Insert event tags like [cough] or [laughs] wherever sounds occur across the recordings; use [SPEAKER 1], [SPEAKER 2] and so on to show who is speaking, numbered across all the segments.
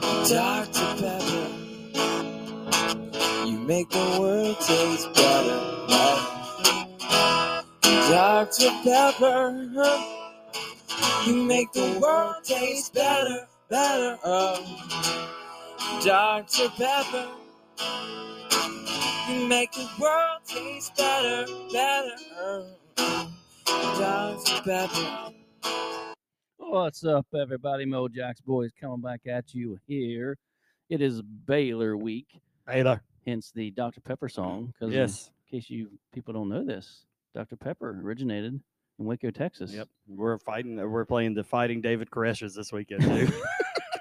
[SPEAKER 1] Dr. Pepper, you make the world taste better. Love. Dr. Pepper, you make the world taste better, better. Oh, Dr. Pepper, you make the world taste better, better. Dr. Pepper. What's up, everybody? Mojack's Boys coming back at you here. It is Baylor week.
[SPEAKER 2] Taylor.
[SPEAKER 1] hence the Dr. Pepper song. Because
[SPEAKER 2] Yes.
[SPEAKER 1] in case you people don't know this, Dr. Pepper originated in Waco, Texas.
[SPEAKER 2] Yep. We're fighting. We're playing the Fighting David Koresh's this weekend too.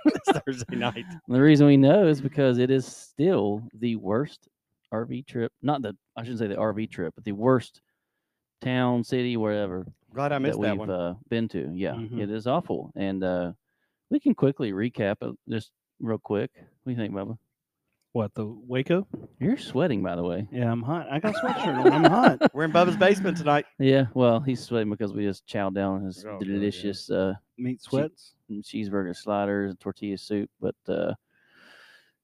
[SPEAKER 2] it's Thursday night.
[SPEAKER 1] [laughs] And the reason we know is because it is still the worst RV trip. Not the I shouldn't say the RV trip, but the worst town, city, wherever
[SPEAKER 2] Glad I
[SPEAKER 1] that
[SPEAKER 2] missed that,
[SPEAKER 1] we've
[SPEAKER 2] one.
[SPEAKER 1] uh, been to. Yeah,
[SPEAKER 2] Mhm.
[SPEAKER 1] it is awful. And uh, we can quickly recap it just real quick. What do you think, Bubba?
[SPEAKER 3] What the Waco?
[SPEAKER 1] You're sweating, by the way.
[SPEAKER 3] Yeah, I'm hot.
[SPEAKER 2] I got a sweatshirt on. I'm hot. [laughs] We're in Bubba's basement tonight.
[SPEAKER 1] Yeah, well, he's sweating because we just chowed down on his
[SPEAKER 2] Oh, God, yeah.
[SPEAKER 1] delicious uh,
[SPEAKER 3] Meat
[SPEAKER 1] sweats? and cheeseburger sliders and tortilla soup. But uh,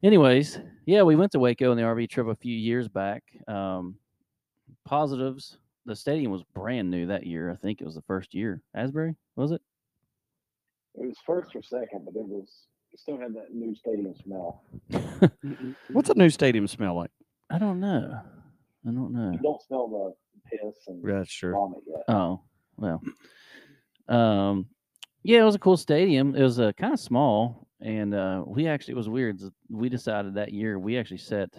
[SPEAKER 1] anyways, yeah, we went to Waco on the RV trip a few years back. Um, positives: the stadium was brand new that year. I think it was the first year. Asbury was it? [laughs]
[SPEAKER 4] It was first or second, but it was it still had that new stadium smell.
[SPEAKER 2] What's a new stadium smell like?
[SPEAKER 1] I don't know. I don't know.
[SPEAKER 4] You don't smell the piss and
[SPEAKER 2] That's sure.
[SPEAKER 4] vomit yet.
[SPEAKER 1] Oh well. Um, yeah, it was a cool stadium. It was uh, kind of small, and uh, we actually it was weird. z- We decided that year we actually set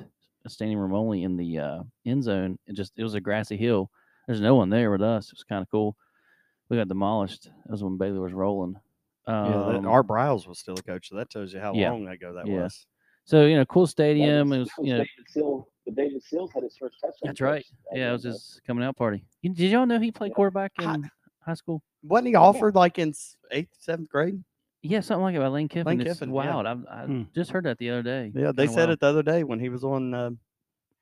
[SPEAKER 1] a standing room only in the uh, end zone. It just it was a grassy hill. There's no one there with us. It was kind of cool. We got demolished. That was when Baylor was rolling. Um,
[SPEAKER 2] yeah, that, Art Briles was still a coach, so that tells you how
[SPEAKER 1] yeah.
[SPEAKER 2] long ago that
[SPEAKER 1] Yeah.
[SPEAKER 2] was.
[SPEAKER 1] so you know, cool
[SPEAKER 4] That
[SPEAKER 1] stadium. um, It
[SPEAKER 4] was-
[SPEAKER 1] was
[SPEAKER 4] that was
[SPEAKER 1] you know
[SPEAKER 4] David Seal, the David Seals had his first touchdown.
[SPEAKER 1] that's right.
[SPEAKER 4] catch that
[SPEAKER 1] Yeah, it
[SPEAKER 4] year,
[SPEAKER 1] was
[SPEAKER 4] though.
[SPEAKER 1] his coming out party. You- Did y'all know he played
[SPEAKER 4] Yeah.
[SPEAKER 1] quarterback in
[SPEAKER 2] I-
[SPEAKER 1] high school?
[SPEAKER 2] Wasn't he offered like in s- eighth, seventh grade?
[SPEAKER 1] Yeah, something like it by Lane Kiffin.
[SPEAKER 2] Lane
[SPEAKER 1] it's
[SPEAKER 2] Kiffin, yeah.
[SPEAKER 1] wild. I, I
[SPEAKER 3] Hmm.
[SPEAKER 1] just heard that the other day.
[SPEAKER 2] Yeah, they
[SPEAKER 1] Kinda
[SPEAKER 2] said
[SPEAKER 1] wild.
[SPEAKER 2] it the other day when he was on uh,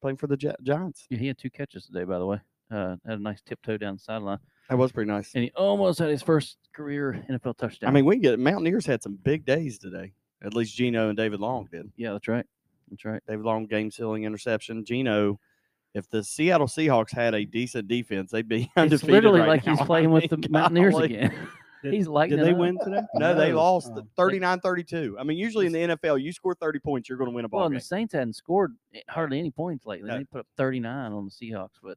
[SPEAKER 2] playing for the Gi- Giants.
[SPEAKER 1] Yeah, he had two catches today, by the way. Uh, had a nice tiptoe down the sideline,
[SPEAKER 2] That was pretty nice.
[SPEAKER 1] and he almost had his first career NFL touchdown.
[SPEAKER 2] I mean, we can get Mountaineers had some big days today. At least Gino and David Long did.
[SPEAKER 1] yeah, that's right, that's right.
[SPEAKER 2] David Long game sealing interception. Gino, if the Seattle Seahawks had a decent defense, they'd be
[SPEAKER 1] It's
[SPEAKER 2] [laughs] undefeated.
[SPEAKER 1] literally
[SPEAKER 2] right
[SPEAKER 1] like he's
[SPEAKER 2] now. [laughs] I
[SPEAKER 1] playing with the
[SPEAKER 2] mean,
[SPEAKER 1] Mountaineers
[SPEAKER 2] golly.
[SPEAKER 1] again. [laughs]
[SPEAKER 3] Did-
[SPEAKER 1] he's like,
[SPEAKER 2] Did they win
[SPEAKER 1] [laughs]
[SPEAKER 2] today? No, they
[SPEAKER 3] No.
[SPEAKER 2] lost
[SPEAKER 3] Oh.
[SPEAKER 2] 39 32. I mean, usually in the NFL, you score 30 points, you're going to win a ball
[SPEAKER 1] Well, and
[SPEAKER 2] game.
[SPEAKER 1] the Saints hadn't scored hardly any points lately.
[SPEAKER 2] No.
[SPEAKER 1] They put up 39 on the Seahawks, but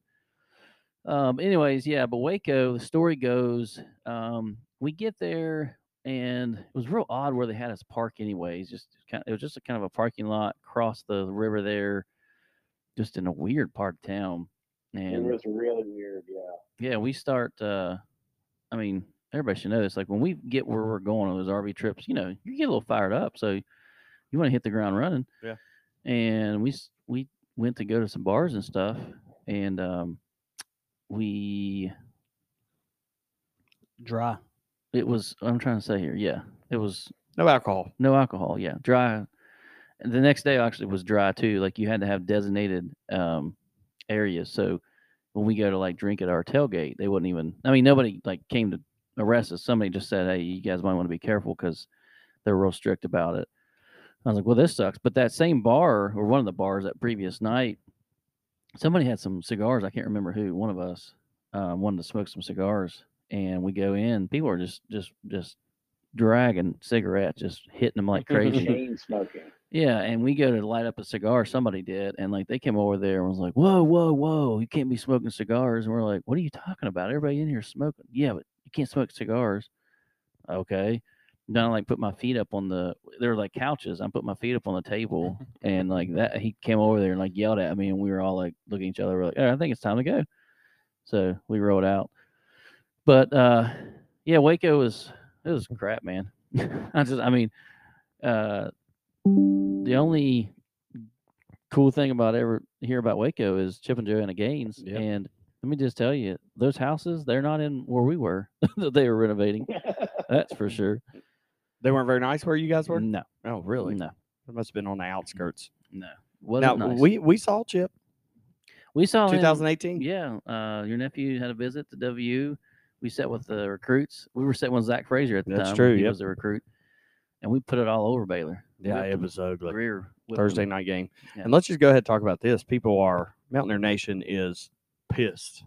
[SPEAKER 1] um, anyways, yeah. But Waco, the story goes, um, we get there and it was real odd where they had us park. Anyways, just kind it was just a kind of a parking lot across the river there, just in a weird part of town.
[SPEAKER 4] It
[SPEAKER 1] And
[SPEAKER 4] was really weird. Yeah.
[SPEAKER 1] yeah, we start. uh I mean, everybody should know this. Like when we get where we're going on those RV trips, you know, you get a little fired up, so you want to hit the ground running.
[SPEAKER 2] Yeah.
[SPEAKER 1] And we s- we went to go to some bars and stuff, and um, we
[SPEAKER 3] Dry.
[SPEAKER 1] it was what I'm trying to say here. Yeah, it was
[SPEAKER 2] No alcohol.
[SPEAKER 1] no alcohol. Yeah, dry. And the next day actually was dry too. Like you had to have designated um, areas. So when we go to like drink at our tailgate, they wouldn't even. I mean, nobody like came to arrest us. Somebody just said, "Hey, you guys might want to be careful because they're real strict about it." I was like, "Well, this sucks." But that same bar or one of the bars that previous night, somebody had some cigars. I can't remember who. One of us uh, wanted to smoke some cigars, and we go in. People are just just just dragging cigarettes, just hitting them like [laughs] crazy.
[SPEAKER 4] Chain smoking. [laughs]
[SPEAKER 1] Yeah, and we go to light up a cigar. Somebody did, and like they came over there and was like, "Whoa, whoa, whoa! You can't be smoking cigars." And we're like, "What are you talking about? Everybody in here is smoking." Yeah, but you can't smoke cigars. Okay. Then I like put my feet up on the. There were like couches. I put my feet up on the table, and like that, he came over there and like yelled at me, and we were all like looking at each other. We're like, "Oh, I think it's time to go." So we rolled out, but uh, yeah, Waco was it was crap, man. [laughs] I just, I mean, uh the only cool thing about ever hear about Waco is Chip and Joanna Gaines.
[SPEAKER 2] Yep.
[SPEAKER 1] And let me just tell you, those houses, they're not in where we were [laughs] that they were renovating. That's for sure.
[SPEAKER 2] They weren't very nice where you guys were?
[SPEAKER 1] No,
[SPEAKER 2] Oh, really?
[SPEAKER 1] no,
[SPEAKER 2] It must have been on the outskirts.
[SPEAKER 1] no. was
[SPEAKER 2] now,
[SPEAKER 1] nice. Oh,
[SPEAKER 2] we, we saw Chip
[SPEAKER 1] we saw him-
[SPEAKER 2] 2018.
[SPEAKER 1] Yeah, uh, your nephew had a visit to WU. We sat with the recruits. We were sitting with Zach Frazier at the
[SPEAKER 2] That's
[SPEAKER 1] time.
[SPEAKER 2] true,
[SPEAKER 1] He
[SPEAKER 2] yep.
[SPEAKER 1] was a recruit, and we put it all over Baylor.
[SPEAKER 2] Yeah,
[SPEAKER 1] Whipped
[SPEAKER 2] it
[SPEAKER 1] 'em.
[SPEAKER 2] was ugly.
[SPEAKER 1] Greer whipped 'em.
[SPEAKER 2] Thursday night game.
[SPEAKER 1] Yeah.
[SPEAKER 2] And let's just go ahead and talk about this. People are Mountaineer Nation is pissed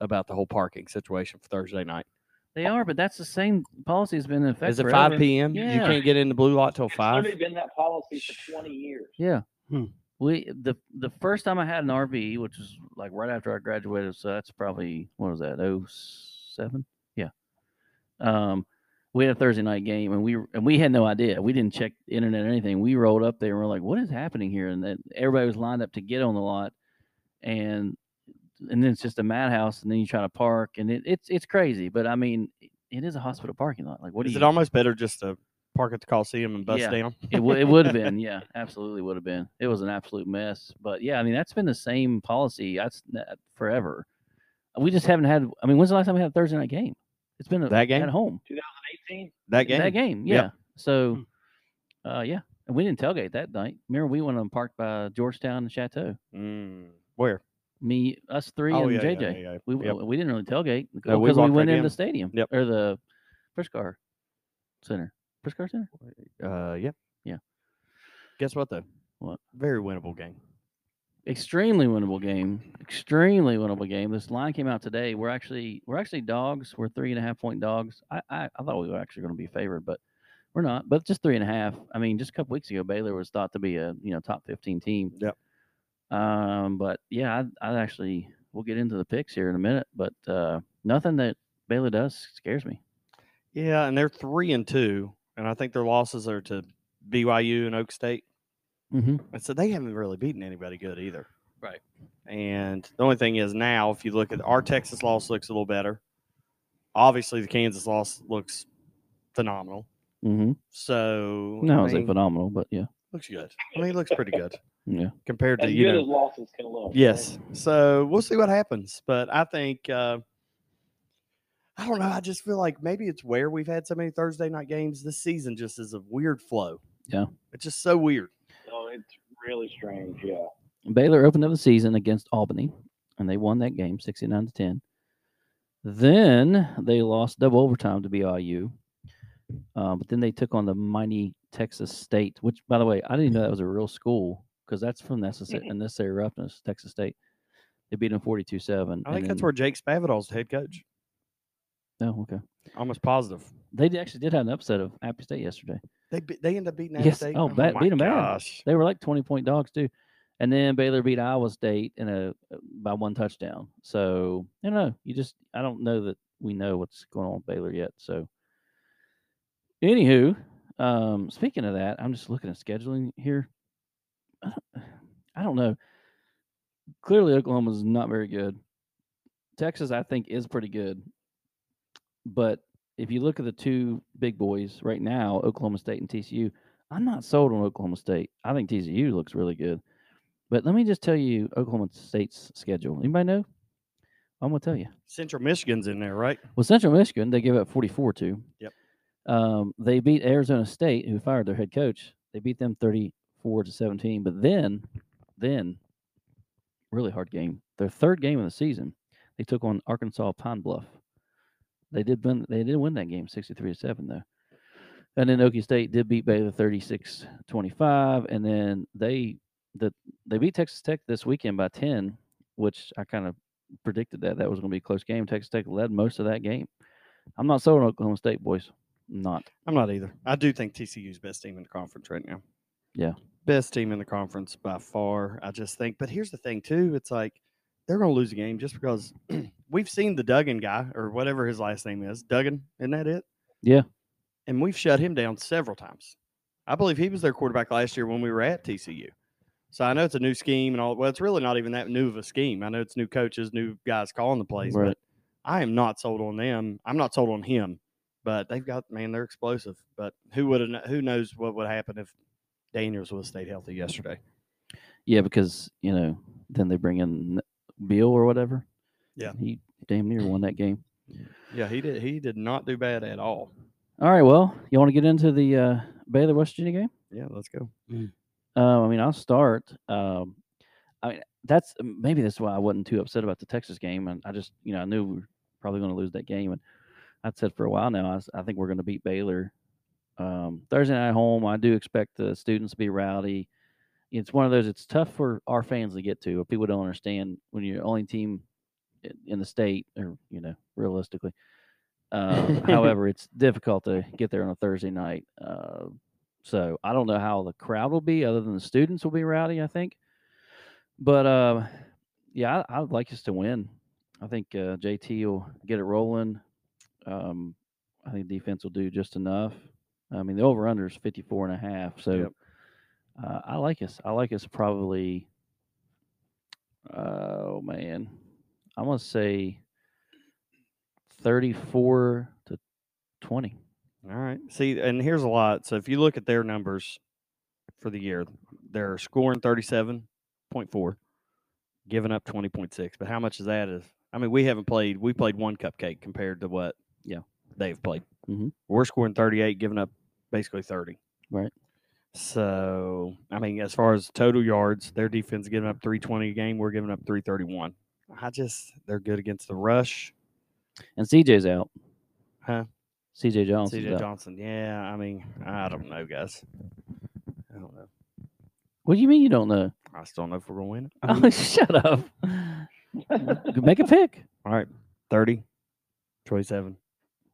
[SPEAKER 2] about the whole parking situation for Thursday night.
[SPEAKER 1] They are, but that's the same policy has been in effect.
[SPEAKER 2] Is it
[SPEAKER 1] forever.
[SPEAKER 2] five p.m.? You
[SPEAKER 1] Yeah.
[SPEAKER 2] can't get in the blue lot till
[SPEAKER 4] It's
[SPEAKER 2] five.
[SPEAKER 4] literally been that policy for 20 years.
[SPEAKER 1] Yeah.
[SPEAKER 3] Hmm.
[SPEAKER 1] We the the first time I had an RV, which was like right after I graduated, so that's probably what was that? Oh seven? Yeah. Um, we had a Thursday night game, and we and we had no idea. We didn't check the internet or anything. We rolled up there and we're like, "What is happening here?" And then everybody was lined up to get on the lot, and and then it's just a madhouse, and then you try to park, and it, it's it's crazy. But I mean, it- it is a hospital parking lot. Like, what
[SPEAKER 2] Is
[SPEAKER 1] do
[SPEAKER 2] it
[SPEAKER 1] you?
[SPEAKER 2] almost better just to park at the Coliseum and bust
[SPEAKER 1] Yeah.
[SPEAKER 2] down?
[SPEAKER 1] it, w- it would have been yeah absolutely would have been it was an absolute mess but yeah i mean that's been the same policy that's n- uh, forever we just haven't had i mean when's the last time we had a thursday night game it's been a,
[SPEAKER 2] That game?
[SPEAKER 1] at home
[SPEAKER 4] 18?
[SPEAKER 2] That game.
[SPEAKER 1] that game yeah
[SPEAKER 2] Yep. Hmm.
[SPEAKER 1] so uh yeah and we didn't tailgate that night remember we went on park by georgetown and chateau
[SPEAKER 2] Mm, where?
[SPEAKER 1] me us three
[SPEAKER 2] Oh,
[SPEAKER 1] and
[SPEAKER 2] yeah, yeah,
[SPEAKER 1] jj
[SPEAKER 2] yeah, yeah.
[SPEAKER 1] we
[SPEAKER 2] Yep.
[SPEAKER 1] w we didn't really tailgate because
[SPEAKER 2] No, we
[SPEAKER 1] we,
[SPEAKER 2] walked
[SPEAKER 1] went
[SPEAKER 2] right
[SPEAKER 1] in
[SPEAKER 2] in.
[SPEAKER 1] the stadium
[SPEAKER 2] Yep.
[SPEAKER 1] or the Priscar center Priscar center
[SPEAKER 2] Uh, yeah.
[SPEAKER 1] Yeah.
[SPEAKER 2] Guess what though?
[SPEAKER 1] What?
[SPEAKER 2] Very winnable game.
[SPEAKER 1] extremely winnable game. Extremely winnable game. This line came out today. We're actually we're actually dogs. We're three and a half point dogs. I I, I thought we were actually going to be favored, but we're not. But just three and a half. I mean, just a couple weeks ago, Baylor was thought to be a you know top fifteen team.
[SPEAKER 2] Yep.
[SPEAKER 1] Um, but yeah, I I actually we'll get into the picks here in a minute, but uh, nothing that Baylor does scares me.
[SPEAKER 2] Yeah, and they're three and two, and I think their losses are to BYU and Oak State,
[SPEAKER 1] Mm-hmm.
[SPEAKER 2] and so they haven't really beaten anybody good either.
[SPEAKER 1] Right.
[SPEAKER 2] And the only thing is now, if you look at our Texas loss, looks a little better. Obviously, the Kansas loss looks phenomenal.
[SPEAKER 1] Mm-hmm.
[SPEAKER 2] So
[SPEAKER 1] No,
[SPEAKER 2] I
[SPEAKER 1] it's
[SPEAKER 2] mean,
[SPEAKER 1] phenomenal, but yeah,
[SPEAKER 2] looks good. I mean, it looks pretty good
[SPEAKER 1] yeah.
[SPEAKER 2] compared to
[SPEAKER 4] As
[SPEAKER 2] you
[SPEAKER 4] good
[SPEAKER 2] know
[SPEAKER 4] as losses can look. right?
[SPEAKER 2] Yes. So we'll see what happens. But I think uh, I don't know. I just feel like maybe it's where we've had so many Thursday night games this season. Just is a weird flow.
[SPEAKER 1] Yeah.
[SPEAKER 2] It's just so weird.
[SPEAKER 4] So it's really strange. Yeah.
[SPEAKER 1] Baylor opened up the season against Albany, and they won that game 69 to 10. Then they lost double overtime to BYU. Uh, but then they took on the mighty Texas State, which, by the way, I didn't know that was a real school because that's from necessary, unnecessary roughness, Texas State. They beat them 42 7.
[SPEAKER 2] I think that's where Jake Spavital's head coach.
[SPEAKER 1] No, Oh, okay.
[SPEAKER 2] Almost positive.
[SPEAKER 1] They d- actually did have an upset of Appy State yesterday.
[SPEAKER 2] They be- they end up beating
[SPEAKER 1] Yes.
[SPEAKER 2] State.
[SPEAKER 1] Oh, ba-
[SPEAKER 2] my
[SPEAKER 1] beat 'em bad.
[SPEAKER 2] gosh.
[SPEAKER 1] They were like 20 point dogs, too. And then Baylor beat Iowa State in a uh, by one touchdown. So, you know, you just I don't know that we know what's going on with Baylor yet. So anywho, um speaking of that, I'm just looking at scheduling here. I don't, [sighs] I don't know. Clearly Oklahoma's not very good. Texas, I think, is pretty good. But if you look at the two big boys right now, Oklahoma State and TCU, I'm not sold on Oklahoma State. I think TCU looks really good. But let me just tell you Oklahoma State's schedule. Anybody know? I'm gonna tell you.
[SPEAKER 2] Central Michigan's in there, right?
[SPEAKER 1] Well, Central Michigan, they gave up 44 to.
[SPEAKER 2] Yep.
[SPEAKER 1] Um, they beat Arizona State, who fired their head coach. They beat them 34 to 17. But then, then, really hard game. Their third game of the season, they took on Arkansas Pine Bluff. They did win. They did win that game, 63 to seven, though. And then Okie State did beat Baylor 36-25, and then they the, they beat Texas Tech this weekend by 10, which I kind of predicted that that was going to be a close game. Texas Tech led most of that game. I'm not sold on Oklahoma State boys. I'm Not.
[SPEAKER 2] I'm not either. I do think TCU's best team in the conference right now.
[SPEAKER 1] Yeah.
[SPEAKER 2] Best team in the conference by far. I just think, but here's the thing too. It's like they're going to lose a game just because [clears throat] we've seen the Duggan guy or whatever his last name is. Duggan, isn't that it?
[SPEAKER 1] Yeah.
[SPEAKER 2] And we've shut him down several times. I believe he was their quarterback last year when we were at TCU. So I know it's a new scheme and all. Well, it's really not even that new of a scheme. I know it's new coaches, new guys calling the plays,
[SPEAKER 1] Right.
[SPEAKER 2] but I am not sold on them. I'm not sold on him but they've got man, they're explosive. But who would have? Who knows what would happen if Daniels would have stayed healthy yesterday?
[SPEAKER 1] Yeah, because you know, then they bring in Bill or whatever.
[SPEAKER 2] Yeah.
[SPEAKER 1] He damn near won that game.
[SPEAKER 2] Yeah, he did. He did not do bad at all.
[SPEAKER 1] All right. Well, you want to get into the uh, Baylor West Virginia game?
[SPEAKER 2] Yeah, let's go.
[SPEAKER 1] Um, I mean, I'll start. Um, I mean, that's maybe that's why I wasn't too upset about the Texas game, and I just you know I knew we were probably going to lose that game, and I said for a while now I, s- I think we're going to beat Baylor Um, Thursday night home, I do expect the students to be rowdy. It's one of those. It's tough for our fans to get to. Or people don't understand when you're only team i- in the state, or you know, realistically. Um, however, it's difficult to get there on a Thursday night. Uh, so I don't know how the crowd will be, other than the students will be rowdy. I think, but uh, yeah, I, I'd like us to win. I think uh, JT will get it rolling. Um, I think defense will do just enough. I mean, the over under is 54 and a half. So
[SPEAKER 2] Yep.
[SPEAKER 1] uh, I like us. I like us probably. Oh, man. I'm going to say 34 to 20.
[SPEAKER 2] All right. See, and here's a lot. So if you look at their numbers for the year, they're scoring 37.4, giving up 20.6. But how much is that? Is I mean, we haven't played. We played one cupcake compared to what
[SPEAKER 1] Yeah.
[SPEAKER 2] they've played.
[SPEAKER 1] Mhm.
[SPEAKER 2] We're scoring 38, giving up basically 30.
[SPEAKER 1] Right.
[SPEAKER 2] So I mean, as far as total yards, their defense giving up 320 a game. We're giving up 331. I just they're good against the rush.
[SPEAKER 1] And CJ's out.
[SPEAKER 2] Huh?
[SPEAKER 1] CJ Johnson.
[SPEAKER 2] CJ Johnson. Yeah, I mean, I don't know, guys. I don't know.
[SPEAKER 1] What do you mean you don't know?
[SPEAKER 2] I still don't know if we're gonna win it.
[SPEAKER 1] [laughs] Oh, shut up. Make a pick.
[SPEAKER 2] [laughs] All right, 30, 27,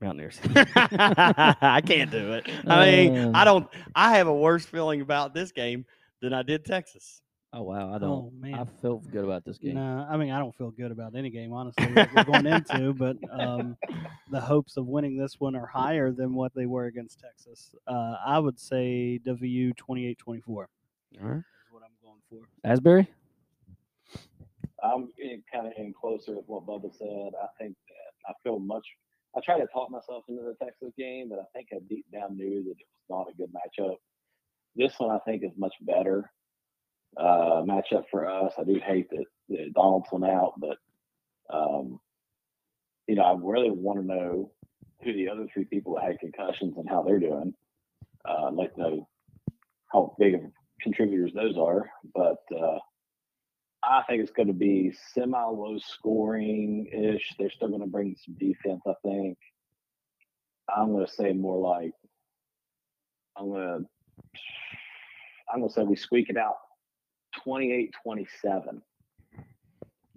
[SPEAKER 2] Mountaineers. I can't do it. I mean, I
[SPEAKER 1] Uh.
[SPEAKER 2] don't. I have a worse feeling about this game than I did Texas.
[SPEAKER 1] Oh, wow. I
[SPEAKER 3] Oh
[SPEAKER 1] don't.
[SPEAKER 3] man.
[SPEAKER 1] I felt good about this game.
[SPEAKER 3] Nah, I mean, I don't feel good about any game, honestly, that we're going into, but
[SPEAKER 1] [laughs]
[SPEAKER 3] um, the hopes of winning this one are higher than what they were against Texas. Uh, I would say WU 28 24 is
[SPEAKER 2] All right.
[SPEAKER 3] what I'm going for.
[SPEAKER 1] Asbury?
[SPEAKER 4] I'm kind of in closer with what Bubba said. I think that I feel much. I try to talk myself into the Texas game, but I think I deep down knew that it was not a good matchup. This one I think is much better uh, matchup for us. I do hate that, that Donald's went out, but um, you know I really want to know who the other three people that had concussions and how they're doing. Uh, I'd like to know how big of contributors those are, but. Uh, I think it's going to be semi low scoring ish. They're still going to bring some defense, I think. I'm going to say more like, I'm going to, I'm going to say we squeak it out 28 27.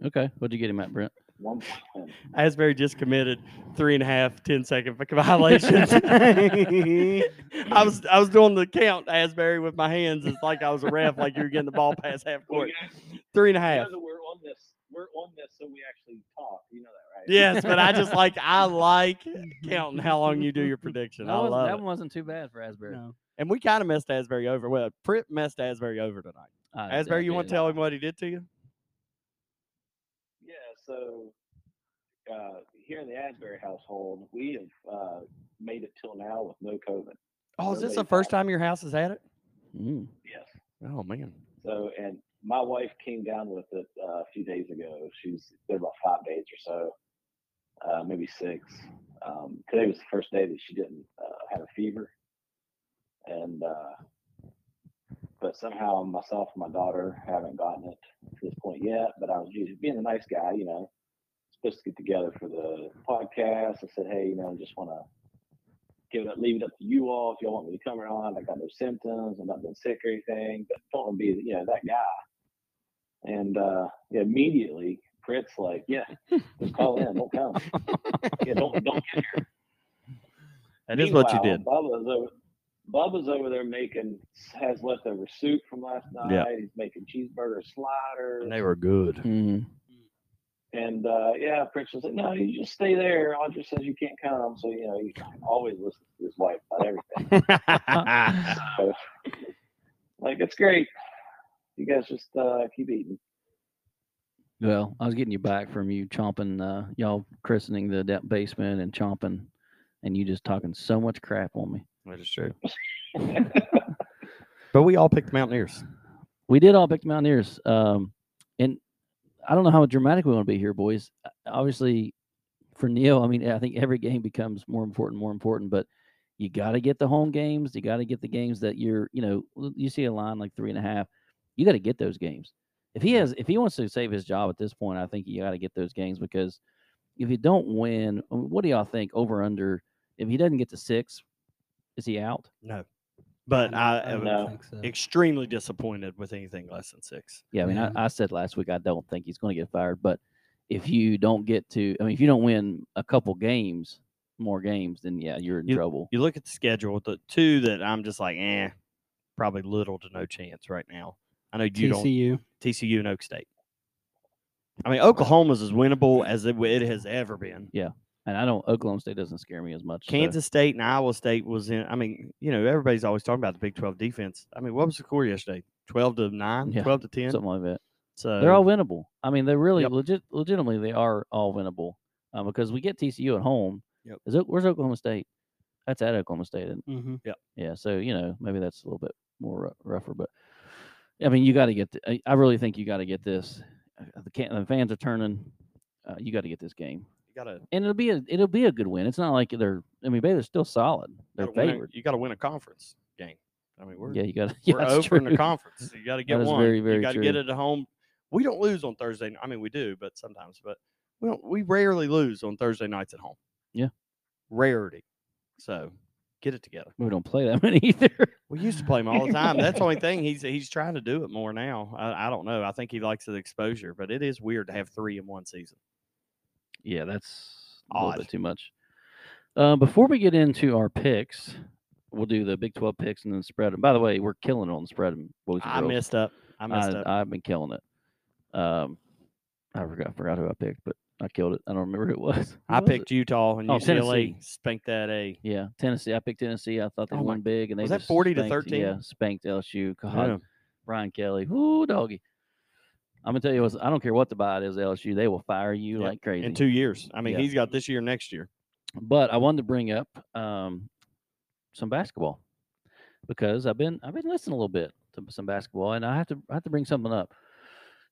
[SPEAKER 1] Okay. What'd you get him at, Brent?
[SPEAKER 4] One point [laughs] win.
[SPEAKER 2] Asbury just committed three and a half, 10 second [laughs] violations.
[SPEAKER 1] [laughs]
[SPEAKER 2] I was I was doing the count Asbury with my hands. It's like I was a ref, like you were getting the ball past half
[SPEAKER 4] Well,
[SPEAKER 2] court.
[SPEAKER 4] [laughs] you guys-
[SPEAKER 2] Three and a
[SPEAKER 4] you
[SPEAKER 2] half.
[SPEAKER 4] guys know we're on this. We're on this, so we actually talk. You know that, right?
[SPEAKER 2] Yes, but I just like I like counting how long you
[SPEAKER 1] [laughs]
[SPEAKER 2] do your prediction. I love it.
[SPEAKER 1] one wasn't too bad for Asbury.
[SPEAKER 3] No.
[SPEAKER 2] And we kind of messed Asbury over. Well, Pritt messed Asbury over tonight.
[SPEAKER 1] I- I
[SPEAKER 2] Asbury, you want
[SPEAKER 1] did.
[SPEAKER 2] to tell him what he did to you?
[SPEAKER 4] Yeah, so uh, here in the Asbury household, we have uh, made it till now with no COVID.
[SPEAKER 2] Oh, is
[SPEAKER 4] So
[SPEAKER 2] this
[SPEAKER 4] they
[SPEAKER 2] the first
[SPEAKER 4] thought-
[SPEAKER 2] time your house has had it?
[SPEAKER 1] Mm.
[SPEAKER 4] Yes.
[SPEAKER 2] Oh man.
[SPEAKER 4] So, and my wife came down with it uh, a few days ago. She's been about five days or so, uh, maybe six. Um, today was the first day that she didn't uh, have a fever, and uh, but somehow myself and my daughter haven't gotten it to this point yet. But I was just being a nice guy, you know. Supposed to get together for the podcast. I said, hey, you know, just want to give it, up- leave it up to you all if y'all want me to come or not. I got no symptoms. I'm not been sick or anything, but don't want to be, you know, that guy. And uh, yeah, immediately, Fritz like, yeah, just call in. Don't come. yeah, don't
[SPEAKER 2] [laughs]
[SPEAKER 4] don't get here.
[SPEAKER 2] That is what you
[SPEAKER 4] Meanwhile,
[SPEAKER 2] did.
[SPEAKER 4] Bubba's over, Bubba's over there making has leftover soup from last night.
[SPEAKER 2] Yeah.
[SPEAKER 4] He's making cheeseburger sliders.
[SPEAKER 2] And they were [laughs] good.
[SPEAKER 1] Mhm.
[SPEAKER 4] And uh, yeah, Prince was like, "No, you just stay there." Audrey says you can't come, so you know he always listens to his wife about everything. So, like it's great. You guys just uh, keep eating. [laughs]
[SPEAKER 1] Well, I was getting you back from you chomping, uh, y'all christening the da- basement and chomping, and you just talking so much crap on me.
[SPEAKER 2] that is true. but we all picked Mountaineers.
[SPEAKER 1] We did all pick the Mountaineers, um, and I don't know how dramatic we want to be here, boys. Uh, Obviously, for Neil, I mean, I think every game becomes more important, more important. But you got to get the home games. You got to get the games that you're, you know, l- you see a line like three and a half. You got to get those games. If he has, if he wants to save his job at this point, I think you got to get those games because um, if you don't win, I mean, what do y'all think? Over under? If he doesn't get to six, Is he out?
[SPEAKER 2] No, but I,
[SPEAKER 3] don't
[SPEAKER 2] am
[SPEAKER 4] know.
[SPEAKER 3] think so.
[SPEAKER 2] extremely disappointed with anything less than six.
[SPEAKER 1] Yeah, I mean,
[SPEAKER 2] Mm-hmm.
[SPEAKER 3] Yeah.
[SPEAKER 1] I, I said last week I don't think he's going to get fired, but if you don't get to, I mean, if you don't win a couple games, more games, then yeah, you're in trouble.
[SPEAKER 2] You look at the schedule, the two that I'm just like, eh, probably little to no chance right now. I know you don't
[SPEAKER 3] TCU.
[SPEAKER 2] TCU and Oak State. I mean, Oklahoma's as winnable as it, it has ever been.
[SPEAKER 1] and I don't. Oklahoma State doesn't scare me as much. so-
[SPEAKER 2] Kansas State and Iowa State was in. I mean, you know, everybody's always talking about the Big 12 defense. I mean, what was the score yesterday? 12 to 9,
[SPEAKER 1] Yeah,
[SPEAKER 2] 12 to 10.
[SPEAKER 1] something like that.
[SPEAKER 2] so
[SPEAKER 1] They're all winnable. I mean, they're really
[SPEAKER 2] Uh, Yep.
[SPEAKER 1] legit. Legitimately, they are all winnable uh, because we get TCU at home.
[SPEAKER 2] Yep.
[SPEAKER 1] Is it, where's Oklahoma State? That's at Oklahoma State, and
[SPEAKER 3] hmm
[SPEAKER 1] yeah, so you know maybe that's a little bit more rou- rougher, but I mean you got to get. th- I, I really think you got to get this. Uh, The, can, the fans are turning. Uh, you got to get this game,
[SPEAKER 2] you gotta,
[SPEAKER 1] and it'll be a it'll be a good win. It's not like they're. I mean, Baylor's still solid. They're
[SPEAKER 2] gotta win
[SPEAKER 1] favored.
[SPEAKER 2] a, you gotta win a conference game. I mean, we're
[SPEAKER 1] Yeah, [laughs] you got to. Yeah,
[SPEAKER 2] we're
[SPEAKER 1] that's
[SPEAKER 2] over in
[SPEAKER 1] true.
[SPEAKER 2] the conference. So you got to get
[SPEAKER 1] is
[SPEAKER 2] one.
[SPEAKER 1] very,
[SPEAKER 2] you
[SPEAKER 1] very
[SPEAKER 2] got to get
[SPEAKER 1] true.
[SPEAKER 2] it at home. We don't lose on Thursday. n- I mean, we do, but sometimes. But we don't. We rarely lose on Thursday nights at home.
[SPEAKER 1] Yeah.
[SPEAKER 2] rarity. So get it together.
[SPEAKER 1] [laughs] We don't play that many either. [laughs]
[SPEAKER 2] We used to play him all the time. That's the only [laughs] thing he's he's trying to do it more now. I, I don't know. I think he likes the exposure, but it is weird to have three in one season.
[SPEAKER 1] Yeah, that's a little
[SPEAKER 2] Odd.
[SPEAKER 1] bit too much. Uh, before we get into our picks, we'll do the Big Twelve picks and then spread them. By the way, we're killing it on spread 'em, boys and
[SPEAKER 2] I
[SPEAKER 1] girls.
[SPEAKER 2] messed up. I messed up.
[SPEAKER 1] have been killing it. Um, I forgot forgot who I picked, but I killed it. I don't remember who it was. Who
[SPEAKER 2] [laughs] I
[SPEAKER 1] was it?
[SPEAKER 2] picked Utah and
[SPEAKER 1] Oh,
[SPEAKER 2] UCLA
[SPEAKER 1] Tennessee.
[SPEAKER 2] spanked that a.
[SPEAKER 1] yeah Tennessee. I picked Tennessee. I thought they
[SPEAKER 2] Oh my-
[SPEAKER 1] won big, and they
[SPEAKER 2] was that
[SPEAKER 1] just
[SPEAKER 2] 40 to
[SPEAKER 1] spanked-
[SPEAKER 2] 13?
[SPEAKER 1] Yeah, spanked LSU. God,
[SPEAKER 2] Yeah.
[SPEAKER 1] Brian Kelly, whoo doggy. I'm gonna tell you, what, I don't care what the buy it is LSU. They will fire you
[SPEAKER 2] Yeah,
[SPEAKER 1] like crazy.
[SPEAKER 2] in two years. I mean,
[SPEAKER 1] Yeah.
[SPEAKER 2] he's got this year, next year.
[SPEAKER 1] but I wanted to bring up um, some basketball because I've been I've been listening a little bit to some basketball, and I have to I have to bring something up.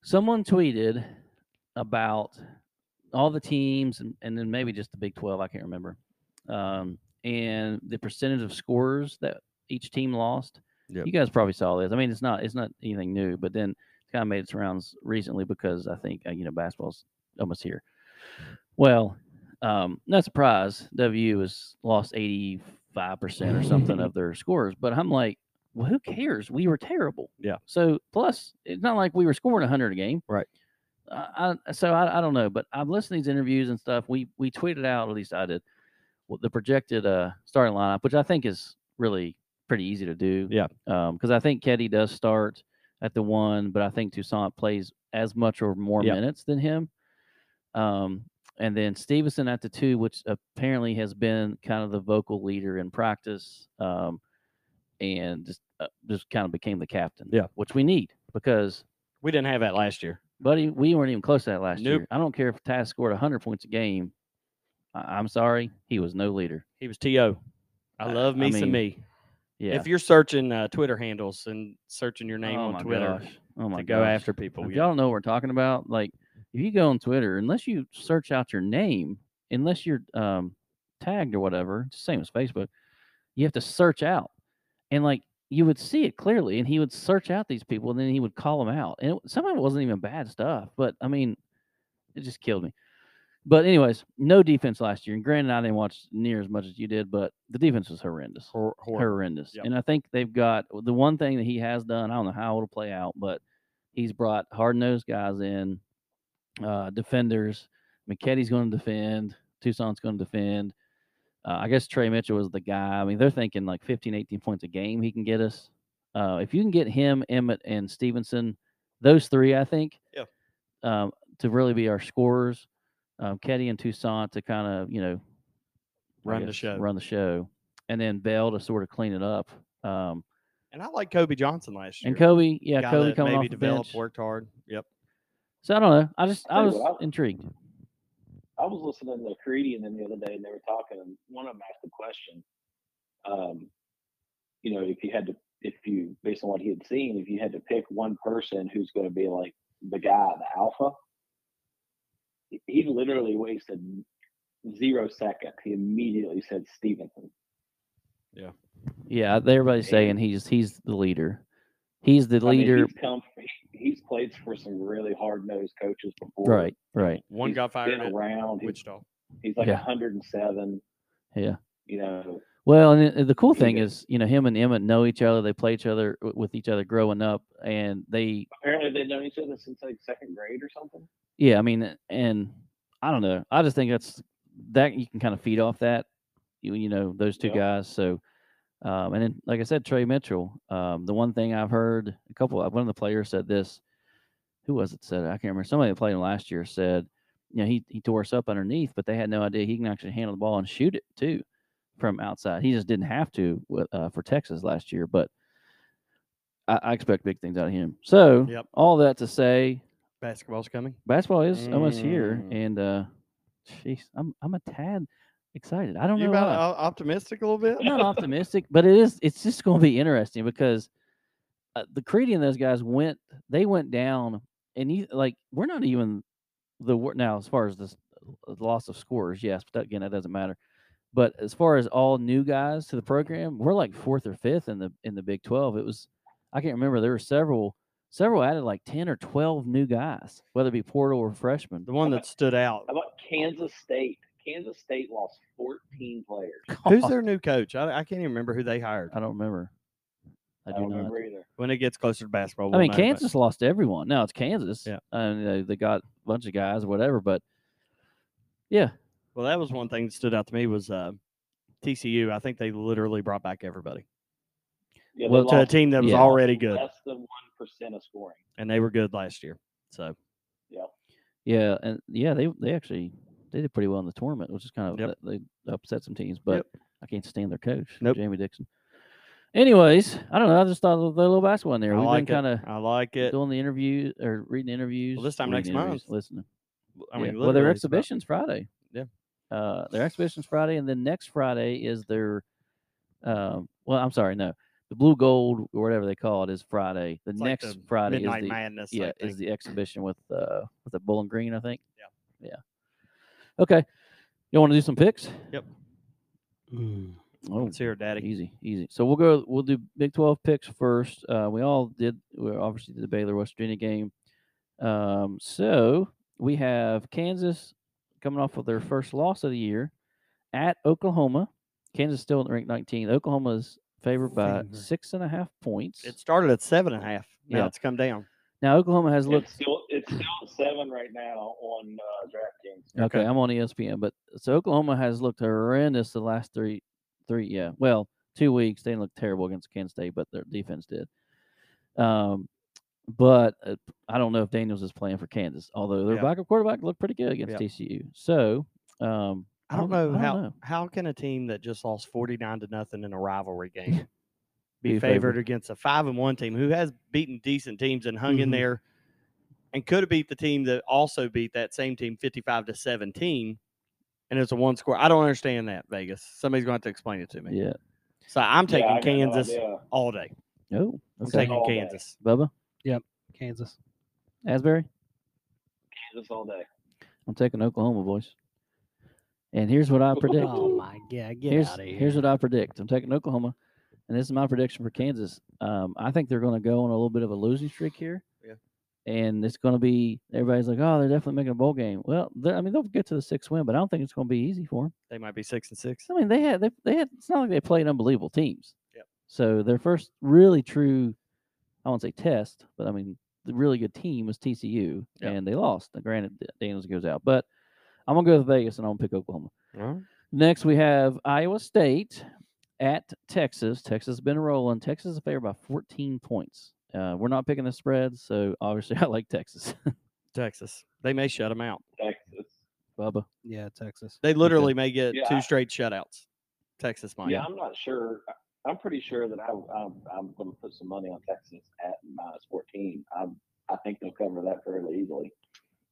[SPEAKER 1] Someone tweeted about all the teams, and, and then maybe just the Big Twelve. I can't remember, um, and the percentage of scores that each team lost.
[SPEAKER 2] Yep.
[SPEAKER 1] You guys probably saw this. I mean, it's not it's not anything new, but then it's kind of made its rounds recently because I think uh, you know basketball's almost here. Well, um, no surprise, WU has lost 85%
[SPEAKER 2] [laughs]
[SPEAKER 1] or something of their scores. But I'm like, well, who cares? We were terrible.
[SPEAKER 2] Yeah.
[SPEAKER 1] So, plus, it's not like we were scoring 100 a game.
[SPEAKER 2] Right.
[SPEAKER 1] I, I, so, I, I don't know. But I've listened to these interviews and stuff. We, we tweeted out, at least I did, what the projected uh, starting lineup, which I think is really pretty easy to do.
[SPEAKER 2] Yeah.
[SPEAKER 1] Because I think Keddy does start at the one, but I think Toussaint plays as much or more
[SPEAKER 2] Yeah.
[SPEAKER 1] minutes than him. Um, and then Stevenson at the two, which apparently has been kind of the vocal leader in practice, um, and just uh, just kind of became the captain.
[SPEAKER 2] Yeah.
[SPEAKER 1] which we need because,
[SPEAKER 2] We didn't have that last year.
[SPEAKER 1] buddy, we weren't even close to that last
[SPEAKER 2] Nope.
[SPEAKER 1] year. I don't care if Taz scored 100 points a game. I- I'm sorry, he was no leader.
[SPEAKER 2] He was to. I
[SPEAKER 1] I-
[SPEAKER 2] love
[SPEAKER 1] I
[SPEAKER 2] me some
[SPEAKER 1] mean,
[SPEAKER 2] me.
[SPEAKER 1] Yeah.
[SPEAKER 2] If you're searching uh, Twitter handles and searching your name
[SPEAKER 1] oh
[SPEAKER 2] on
[SPEAKER 1] my
[SPEAKER 2] Twitter
[SPEAKER 1] gosh. Oh my
[SPEAKER 2] to go
[SPEAKER 1] gosh.
[SPEAKER 2] after people,
[SPEAKER 1] If
[SPEAKER 2] yeah.
[SPEAKER 1] y'all don't know what we're talking about, like if you go on Twitter, unless you search out your name, unless you're um, tagged or whatever, it's the same as Facebook, you have to search out, and like you would see it clearly, and he would search out these people, and then he would call them out, and it, some of it wasn't even bad stuff, but I mean, it just killed me. But anyways, no defense last year, and granted, I didn't watch near as much as you did, but the defense was horrendous
[SPEAKER 2] Hor- hor-
[SPEAKER 1] horrendous.
[SPEAKER 2] Yep.
[SPEAKER 1] And I think they've got the one thing that he has done. I don't know how it'll play out, but he's brought hard nosed guys in, uh, defenders. McKetty's going to defend. Tucson's going to defend. Uh, I guess Trey Mitchell was the guy. I mean, they're thinking like 15, 18 points a game he can get us. Uh, if you can get him, Emmett, and Stevenson, those three, I think,
[SPEAKER 2] Yeah.
[SPEAKER 1] um, to really be our scorers. Um, Ketty and Toussaint to kind of, you know, I
[SPEAKER 2] run the
[SPEAKER 1] guess,
[SPEAKER 2] show.
[SPEAKER 1] Run the show. And then Bell to sort of clean it up. Um,
[SPEAKER 2] And I like Kobe Johnson last year.
[SPEAKER 1] and Kobe, yeah,
[SPEAKER 2] Guy
[SPEAKER 1] Kobe
[SPEAKER 2] that
[SPEAKER 1] coming
[SPEAKER 2] maybe
[SPEAKER 1] off the
[SPEAKER 2] developed,
[SPEAKER 1] bench.
[SPEAKER 2] worked hard. Yep.
[SPEAKER 1] So I don't know. I just I
[SPEAKER 4] Tell you
[SPEAKER 1] was
[SPEAKER 4] what, I-
[SPEAKER 1] intrigued.
[SPEAKER 4] I was listening to Creedy and then the other day, and they were talking, and one of them asked the question, um, you know, if you had to, if you, based on what he had seen, if you had to pick one person who's going to be like the guy, the alpha, he- he literally wasted zero seconds. He immediately said Stevenson.
[SPEAKER 1] Yeah, everybody's
[SPEAKER 4] Hey.
[SPEAKER 1] saying he's he's the leader. He's the
[SPEAKER 4] I mean,
[SPEAKER 1] leader.
[SPEAKER 4] he's come, he- he's played for some really hard nosed coaches before.
[SPEAKER 1] right, right.
[SPEAKER 2] One
[SPEAKER 4] He's
[SPEAKER 2] got fired
[SPEAKER 4] Been
[SPEAKER 2] at
[SPEAKER 4] around. He's,
[SPEAKER 2] Wichita.
[SPEAKER 4] he's like
[SPEAKER 1] Yeah.
[SPEAKER 4] 107.
[SPEAKER 1] Yeah.
[SPEAKER 4] You know,
[SPEAKER 1] Well, and uh, the- the cool thing
[SPEAKER 4] Yeah.
[SPEAKER 1] is, you know, him and Emmett know each other. They play each other with each other growing up, and they
[SPEAKER 4] Apparently, they've known each other since like second grade or something.
[SPEAKER 1] Yeah, I mean, and I don't know. I just think that's that you can kind of feed off that, you you know, those two
[SPEAKER 4] Yeah.
[SPEAKER 1] guys. So, um, and then like I said, Trey Mitchell. Um, the one thing I've heard a couple, one of the players said this. Who was it said? it? I can't remember. Somebody that played him last year said, you know, he he tore us up underneath, but they had no idea he can actually handle the ball and shoot it too from outside. He just didn't have to with, uh, for Texas last year, but. I I expect big things out of him. So,
[SPEAKER 2] Yep.
[SPEAKER 1] all that to say,
[SPEAKER 2] Basketball's coming.
[SPEAKER 1] basketball is almost here,
[SPEAKER 2] Mm.
[SPEAKER 1] and uh, jeez, I'm I'm a tad excited. I don't
[SPEAKER 2] You
[SPEAKER 1] know.
[SPEAKER 2] about
[SPEAKER 1] why.
[SPEAKER 2] o- optimistic a little bit?
[SPEAKER 1] I'm not optimistic, but it is. It's just going to be interesting because uh, the Creedy and those guys went. They went down, and you like we're not even the wor- now as far as this uh, loss of scores. Yes, but that- again, that doesn't matter. But as far as all new guys to the program, we're like fourth or fifth in the in the Big Twelve. It was I can't remember. There were several several added like ten or twelve new guys, whether it be portal or freshmen.
[SPEAKER 2] The one that stood out.
[SPEAKER 4] How about Kansas State? Kansas State lost 14 players.
[SPEAKER 2] Who's their new coach? I, I can't even remember who they hired.
[SPEAKER 1] I don't remember. I do
[SPEAKER 4] don't
[SPEAKER 1] not.
[SPEAKER 4] remember either.
[SPEAKER 2] When it gets closer to basketball,
[SPEAKER 1] I
[SPEAKER 2] we'll
[SPEAKER 1] mean,
[SPEAKER 2] know, but-
[SPEAKER 1] Kansas lost everyone. Now it's Kansas.
[SPEAKER 2] Yeah.
[SPEAKER 1] And they, they got a bunch of guys or whatever, but yeah.
[SPEAKER 2] Well, that was one thing that stood out to me was uh, TCU. I think they literally brought back everybody
[SPEAKER 4] Yeah, they
[SPEAKER 1] Well,
[SPEAKER 2] to a
[SPEAKER 4] lost
[SPEAKER 2] team that was
[SPEAKER 1] Yeah.
[SPEAKER 2] already good,
[SPEAKER 4] Less than one percent of scoring.
[SPEAKER 2] and they were good last year. So
[SPEAKER 1] Yeah. And yeah, they they actually they did pretty well in the tournament, which is kind of
[SPEAKER 2] Yep.
[SPEAKER 1] they upset some teams, but
[SPEAKER 2] Yep.
[SPEAKER 1] I can't stand their coach,
[SPEAKER 2] Nope.
[SPEAKER 1] Jamie Dixon. Anyways, I don't know. I just thought of the little basketball in there.
[SPEAKER 2] I
[SPEAKER 1] We've
[SPEAKER 2] like
[SPEAKER 1] been kind
[SPEAKER 2] it.
[SPEAKER 1] of
[SPEAKER 2] I like it.
[SPEAKER 1] doing the interview or reading interviews.
[SPEAKER 2] this time
[SPEAKER 1] reading
[SPEAKER 2] next
[SPEAKER 1] interviews,
[SPEAKER 2] month.
[SPEAKER 1] Listening.
[SPEAKER 2] I mean,
[SPEAKER 1] yeah. well, their
[SPEAKER 2] literally, it's about-
[SPEAKER 1] exhibition's Friday.
[SPEAKER 2] Yeah.
[SPEAKER 1] Uh, their exhibition's Friday, and then next Friday is their. Um, well, I'm sorry, no, the blue gold or whatever they call it is Friday. The
[SPEAKER 2] It's like
[SPEAKER 1] next
[SPEAKER 2] the
[SPEAKER 1] Friday is
[SPEAKER 2] Midnight
[SPEAKER 1] the
[SPEAKER 2] Madness.
[SPEAKER 1] yeah
[SPEAKER 2] type
[SPEAKER 1] is
[SPEAKER 2] thing.
[SPEAKER 1] the exhibition with uh with the Bowling Green, I think. Yeah. Yeah. Okay, you want to do some picks?
[SPEAKER 3] Mm.
[SPEAKER 1] Oh,
[SPEAKER 2] It's here, Daddy.
[SPEAKER 1] easy, easy. So we'll go. We'll do Big Twelve picks first. Uh, we all did. We obviously did the Baylor West Virginia game. Um, so we have Kansas coming off of their first loss of the year at Oklahoma. Kansas still in rank 19. Oklahoma is favored by
[SPEAKER 3] Favored.
[SPEAKER 1] six and a half points.
[SPEAKER 2] It started at seven and a half. Now
[SPEAKER 1] Yeah.
[SPEAKER 2] it's come down.
[SPEAKER 1] now Oklahoma has looked
[SPEAKER 4] It's still it's still at seven right now on uh, DraftKings.
[SPEAKER 1] Okay,
[SPEAKER 2] Okay.
[SPEAKER 1] I'm on E ESPN, but so Oklahoma has looked horrendous the last three, three, yeah, well, two weeks. They didn't look terrible against Kansas State, but their defense did. Um, but uh, I don't know if Daniels is playing for Kansas, although their
[SPEAKER 2] Yeah.
[SPEAKER 1] backup quarterback looked pretty good against
[SPEAKER 2] Yeah.
[SPEAKER 1] TCU. So, um,
[SPEAKER 2] I don't know
[SPEAKER 1] I
[SPEAKER 2] how [laughs]
[SPEAKER 1] know.
[SPEAKER 2] how can a team that just lost forty nine to nothing in a
[SPEAKER 4] [laughs]
[SPEAKER 2] rivalry game be,
[SPEAKER 1] Be
[SPEAKER 2] favored,
[SPEAKER 1] favored.
[SPEAKER 2] against a five and one team who has beaten decent teams and hung in
[SPEAKER 4] Mm-hmm.
[SPEAKER 3] Mhm.
[SPEAKER 2] there and could have beat the team that also beat that same team fifty five to seventeen, and it's a one score. I don't understand that Vegas. Somebody's going to have to explain it to me.
[SPEAKER 1] Yeah.
[SPEAKER 2] So I'm taking
[SPEAKER 4] Yeah, I got no
[SPEAKER 2] Kansas
[SPEAKER 4] idea.
[SPEAKER 2] all day.
[SPEAKER 1] Oh,
[SPEAKER 2] I'm
[SPEAKER 1] okay.
[SPEAKER 2] taking
[SPEAKER 4] All day.
[SPEAKER 2] Kansas.
[SPEAKER 1] Bubba
[SPEAKER 3] Kansas.
[SPEAKER 1] Asbury.
[SPEAKER 4] Kansas all day.
[SPEAKER 1] I'm taking Oklahoma, boys. And here's what I predict.
[SPEAKER 3] Oh my god, get
[SPEAKER 1] here's,
[SPEAKER 3] out of here.
[SPEAKER 1] here's what I predict. I'm taking Oklahoma, and this is my prediction for Kansas. Um, I think they're going to go on a little bit of a losing streak here.
[SPEAKER 2] Yeah.
[SPEAKER 1] And it's going to be everybody's like, oh, they're definitely making a bowl game. Well, they're- I mean, they'll get to the sixth win, but I don't think it's going to be easy for them.
[SPEAKER 2] They might be six and six.
[SPEAKER 1] I mean, they had they, they had it's not like they played unbelievable teams.
[SPEAKER 2] Yep.
[SPEAKER 1] So their first really true, I won't say test, but I mean the really good team was TCU,
[SPEAKER 2] Yep.
[SPEAKER 1] and they lost. Now, granted, D- Daniels goes out, but I'm gonna go with Vegas and I'm gonna pick Oklahoma.
[SPEAKER 2] All right.
[SPEAKER 1] Next, we have Iowa State at Texas. Texas has been rolling. Texas is favored by 14 points. Uh, we're not picking the spread, so obviously [laughs] I like Texas.
[SPEAKER 2] Texas. They may shut them out.
[SPEAKER 4] Texas.
[SPEAKER 1] Bubba,
[SPEAKER 3] yeah, Texas.
[SPEAKER 2] They literally may get
[SPEAKER 4] Yeah, I-
[SPEAKER 2] two straight shutouts. Texas might.
[SPEAKER 4] Yeah, I'm not sure. I- I'm pretty sure that I, I'm, I'm going to put some money on Texas at minus 14. I I think they'll cover that fairly easily.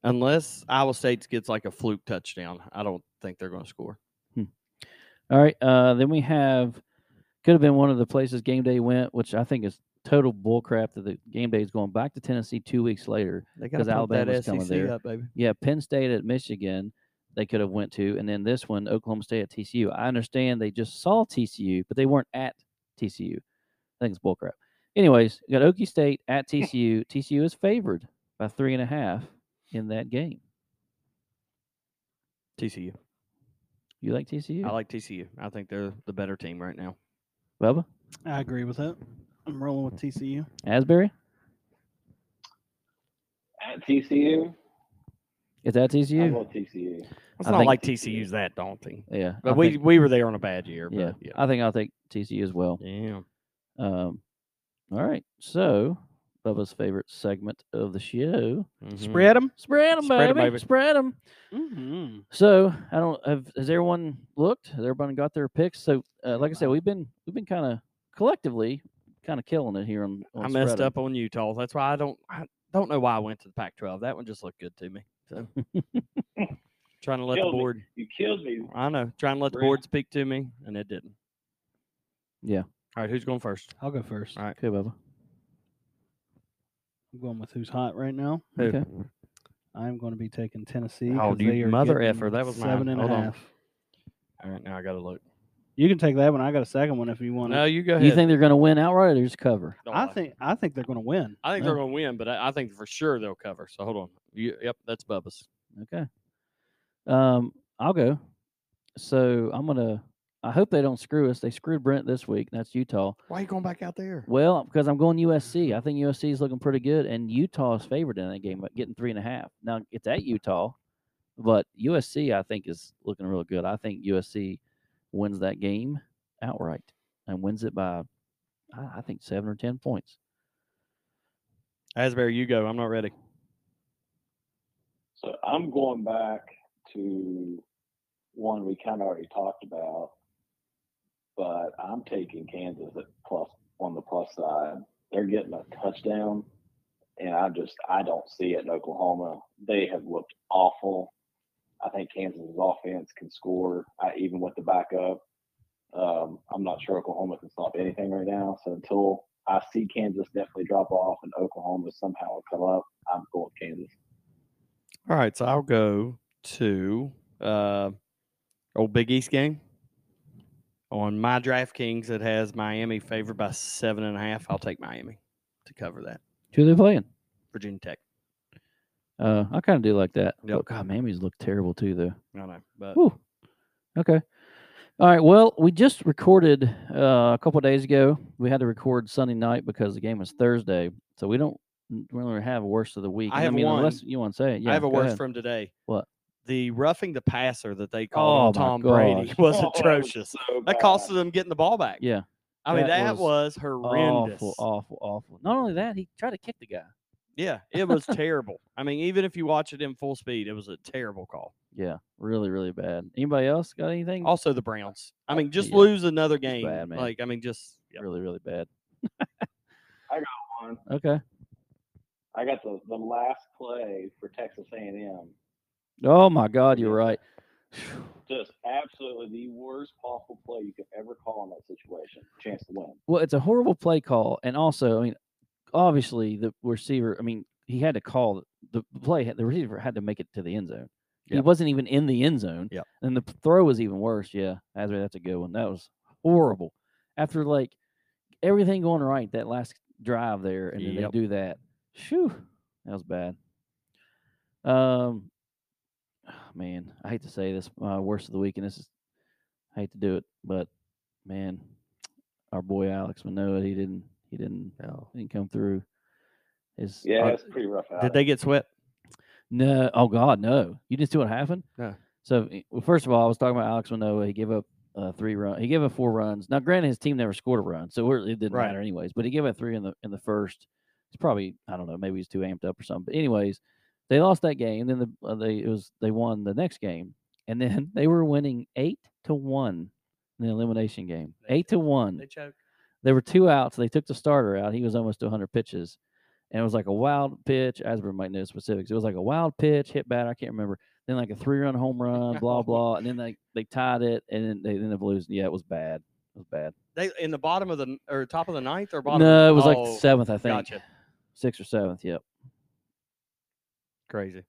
[SPEAKER 2] Unless Iowa State gets like a fluke touchdown, I don't think they're going to score.
[SPEAKER 1] All right. Uh, then we have could have been one of the places game day went, which I think is total bullcrap that the game day is going back to Tennessee two weeks later.
[SPEAKER 2] They
[SPEAKER 1] 'Cause
[SPEAKER 2] pump that
[SPEAKER 1] Alabama's coming
[SPEAKER 2] SEC
[SPEAKER 1] there.
[SPEAKER 2] up, baby.
[SPEAKER 1] Yeah, Penn State at Michigan, they could have went to, and then this one, Oklahoma State at TCU. I understand they just saw TCU, but they weren't at TCU. I think it's bullcrap. Anyways, you got Okie State
[SPEAKER 2] [laughs]
[SPEAKER 1] at TCU. TCU is favored by three and a half in that game.
[SPEAKER 2] TCU.
[SPEAKER 1] You like TCU?
[SPEAKER 2] I like TCU. I think they're the better team right now.
[SPEAKER 1] Bubba
[SPEAKER 3] I agree with that. I'm rolling with TCU.
[SPEAKER 1] Asbury.
[SPEAKER 4] At TCU,
[SPEAKER 1] Is that
[SPEAKER 4] I
[SPEAKER 1] TCU?
[SPEAKER 4] love TCU.
[SPEAKER 2] It's
[SPEAKER 1] I
[SPEAKER 2] not
[SPEAKER 1] think-
[SPEAKER 2] like TCU's that daunting.
[SPEAKER 1] Yeah,
[SPEAKER 2] But
[SPEAKER 1] I
[SPEAKER 2] we
[SPEAKER 1] think-
[SPEAKER 2] we were there on a bad year. But yeah.
[SPEAKER 1] yeah, I think I'll take TCU as well.
[SPEAKER 2] yeah.
[SPEAKER 1] Um, all right, so Bubba's favorite segment of the show:
[SPEAKER 2] Mhm.
[SPEAKER 3] Spread them.
[SPEAKER 1] spread
[SPEAKER 2] 'em,
[SPEAKER 1] spread 'em,
[SPEAKER 2] baby.
[SPEAKER 1] spread them.
[SPEAKER 3] Mm-hmm.
[SPEAKER 1] So I don't have. Has everyone looked? Has everyone got their picks? So, uh, like I said, we've been we've been kind of collectively kind of killing it here on. on
[SPEAKER 2] I messed
[SPEAKER 1] Spread'em.
[SPEAKER 2] up on Utah. That's why I don't I don't know why I went to the Pac-12. That one just looked good to me. [laughs] So trying to let the
[SPEAKER 4] Killed me.
[SPEAKER 2] board.
[SPEAKER 4] You killed me.
[SPEAKER 2] I know. Trying to let the
[SPEAKER 4] Really?
[SPEAKER 2] board speak to me, and it didn't.
[SPEAKER 1] Yeah.
[SPEAKER 2] All right, who's going first?
[SPEAKER 3] I'll go first.
[SPEAKER 2] All right.
[SPEAKER 1] Okay, Bubba.
[SPEAKER 3] I'm going with who's hot right now.
[SPEAKER 2] Who?
[SPEAKER 1] Okay.
[SPEAKER 3] I'm going to be taking Tennessee.
[SPEAKER 2] Oh,
[SPEAKER 3] 'cause
[SPEAKER 2] you
[SPEAKER 3] they are
[SPEAKER 2] mother
[SPEAKER 3] getting
[SPEAKER 2] effer, that was mine.
[SPEAKER 3] seven and a
[SPEAKER 2] Hold on.
[SPEAKER 3] half.
[SPEAKER 2] All right, now I gotta look.
[SPEAKER 3] You can take that one. I got a second one if you want.
[SPEAKER 2] No,
[SPEAKER 3] it.
[SPEAKER 2] you go ahead.
[SPEAKER 1] You think they're going to win outright or just cover?
[SPEAKER 2] Don't
[SPEAKER 3] I
[SPEAKER 2] lie.
[SPEAKER 3] think I think they're going to win.
[SPEAKER 2] I think
[SPEAKER 1] Yeah.
[SPEAKER 2] they're going to win, but I, I think for sure they'll cover. So hold on. You, yep, that's Bubba's.
[SPEAKER 1] Okay. Um, I'll go. So I'm gonna. I hope they don't screw us. They screwed Brent this week. That's Utah.
[SPEAKER 2] Why are you going back out there?
[SPEAKER 1] Well, because I'm going USC. I think USC is looking pretty good, and Utah is favored in that game, but getting three and a half. Now it's at Utah, but USC I think is looking real good. I think USC wins that game outright and wins it by, I I think seven or ten points.
[SPEAKER 2] Asbury, you go. I'm not ready.
[SPEAKER 4] So I'm going back to one we kind of already talked about, but I'm taking Kansas at plus on the plus side. They're getting a touchdown, and I just I don't see it in Oklahoma. They have looked awful. I think Kansas's offense can score I, even with the backup. Um, I'm not sure Oklahoma can stop anything right now. So until I see Kansas definitely drop off and Oklahoma somehow come up, I'm going Kansas.
[SPEAKER 2] All right, so I'll go to uh, old Big East game. On my DraftKings, it has Miami favored by seven and a half. I'll take Miami to cover that.
[SPEAKER 1] Who they playing?
[SPEAKER 2] Virginia Tech.
[SPEAKER 1] Uh, I kind of do like that.
[SPEAKER 2] Yep.
[SPEAKER 1] But God, Miami's looked terrible too, though.
[SPEAKER 2] I know, but
[SPEAKER 1] Whew. Okay. All right. Well, we just recorded uh, a couple days ago. We had to record Sunday night because the game was Thursday, so we don't n- really have a worst of the week.
[SPEAKER 2] I
[SPEAKER 1] And
[SPEAKER 2] have
[SPEAKER 1] mean,
[SPEAKER 2] one.
[SPEAKER 1] unless you want to say it. Yeah,
[SPEAKER 2] I have a
[SPEAKER 1] go
[SPEAKER 2] worse
[SPEAKER 1] ahead.
[SPEAKER 2] from today.
[SPEAKER 1] What?
[SPEAKER 2] The roughing the passer that they called
[SPEAKER 1] Oh,
[SPEAKER 2] on Tom
[SPEAKER 1] my
[SPEAKER 2] Brady [laughs]
[SPEAKER 1] gosh.
[SPEAKER 2] was
[SPEAKER 4] Oh, that was
[SPEAKER 2] atrocious.
[SPEAKER 4] so
[SPEAKER 2] That
[SPEAKER 4] bad.
[SPEAKER 2] costed them getting the ball back.
[SPEAKER 1] Yeah.
[SPEAKER 2] I mean,
[SPEAKER 1] that
[SPEAKER 2] that
[SPEAKER 1] was
[SPEAKER 2] was, horrendous.
[SPEAKER 1] Awful, awful, awful. Not only that, he tried to kick the guy.
[SPEAKER 2] Yeah, it was terrible. I mean, even if you watch it in full speed, it was a terrible call.
[SPEAKER 1] Yeah, really, really bad. Anybody else got anything?
[SPEAKER 2] Also, the Browns. I mean, just
[SPEAKER 1] yeah,
[SPEAKER 2] lose another game.
[SPEAKER 1] bad, man.
[SPEAKER 2] like, I mean, just yep.
[SPEAKER 1] Really, really bad.
[SPEAKER 4] I got one.
[SPEAKER 1] Okay.
[SPEAKER 4] I got the, the last play for Texas A&M.
[SPEAKER 1] Oh my God, you're right.
[SPEAKER 4] Just absolutely the worst possible play you could ever call in that situation. Chance to win.
[SPEAKER 1] Well, it's a horrible play call, and also, I mean, obviously the receiver. I mean, he had to call the the play. had- The receiver had to make it to the end zone. He
[SPEAKER 2] Yep.
[SPEAKER 1] wasn't even in the end zone.
[SPEAKER 2] Yep.
[SPEAKER 1] and the p- throw was even worse. Yeah, Asbury, that's a good one. That was horrible. After like everything going right, that last drive there, and then
[SPEAKER 2] Yep.
[SPEAKER 1] they do that. Shoo, that was bad. Um, Ah, man, I hate to say this, my worst of the week, and this is, I hate to do it, but man, our boy Alex Manoa, he didn't, he didn't, he didn't come through. His
[SPEAKER 4] Yeah,
[SPEAKER 1] our-
[SPEAKER 4] it's pretty rough out.
[SPEAKER 2] Uh, Did they get swept?
[SPEAKER 1] no, oh God, no! You didn't see what happened.
[SPEAKER 2] No.
[SPEAKER 1] So, eh, well, first of all, I was talking about Alex Manoa. He gave up uh, three runs. He gave up four runs. Now, granted, his team never scored a run, so we're, it didn't
[SPEAKER 2] Right.
[SPEAKER 1] matter anyways. But he gave up three in the in the first. It's probably I don't know. Maybe he's too amped up or something. But anyways, they lost that game. Then the uh, they it was they won the next game, and then [laughs] they were winning eight to one in the elimination game.
[SPEAKER 2] They
[SPEAKER 1] eight to one
[SPEAKER 2] choked.
[SPEAKER 1] there were two outs. They took the starter out. He was almost to 100 pitches, and it was like a wild pitch. Asbury might know specifics. It was like a wild pitch, hit bad. I can't remember. Then like a three-run home run,
[SPEAKER 2] [laughs]
[SPEAKER 1] blah blah, and then they they tied it, and then they ended up losing. Yeah, it was bad. It was bad.
[SPEAKER 2] They in the bottom of the n- or top of the ninth or bottom.
[SPEAKER 1] No, it was
[SPEAKER 2] oh,
[SPEAKER 1] like seventh, I think,
[SPEAKER 2] Gotcha.
[SPEAKER 1] sixth or seventh. Yep.
[SPEAKER 2] Crazy.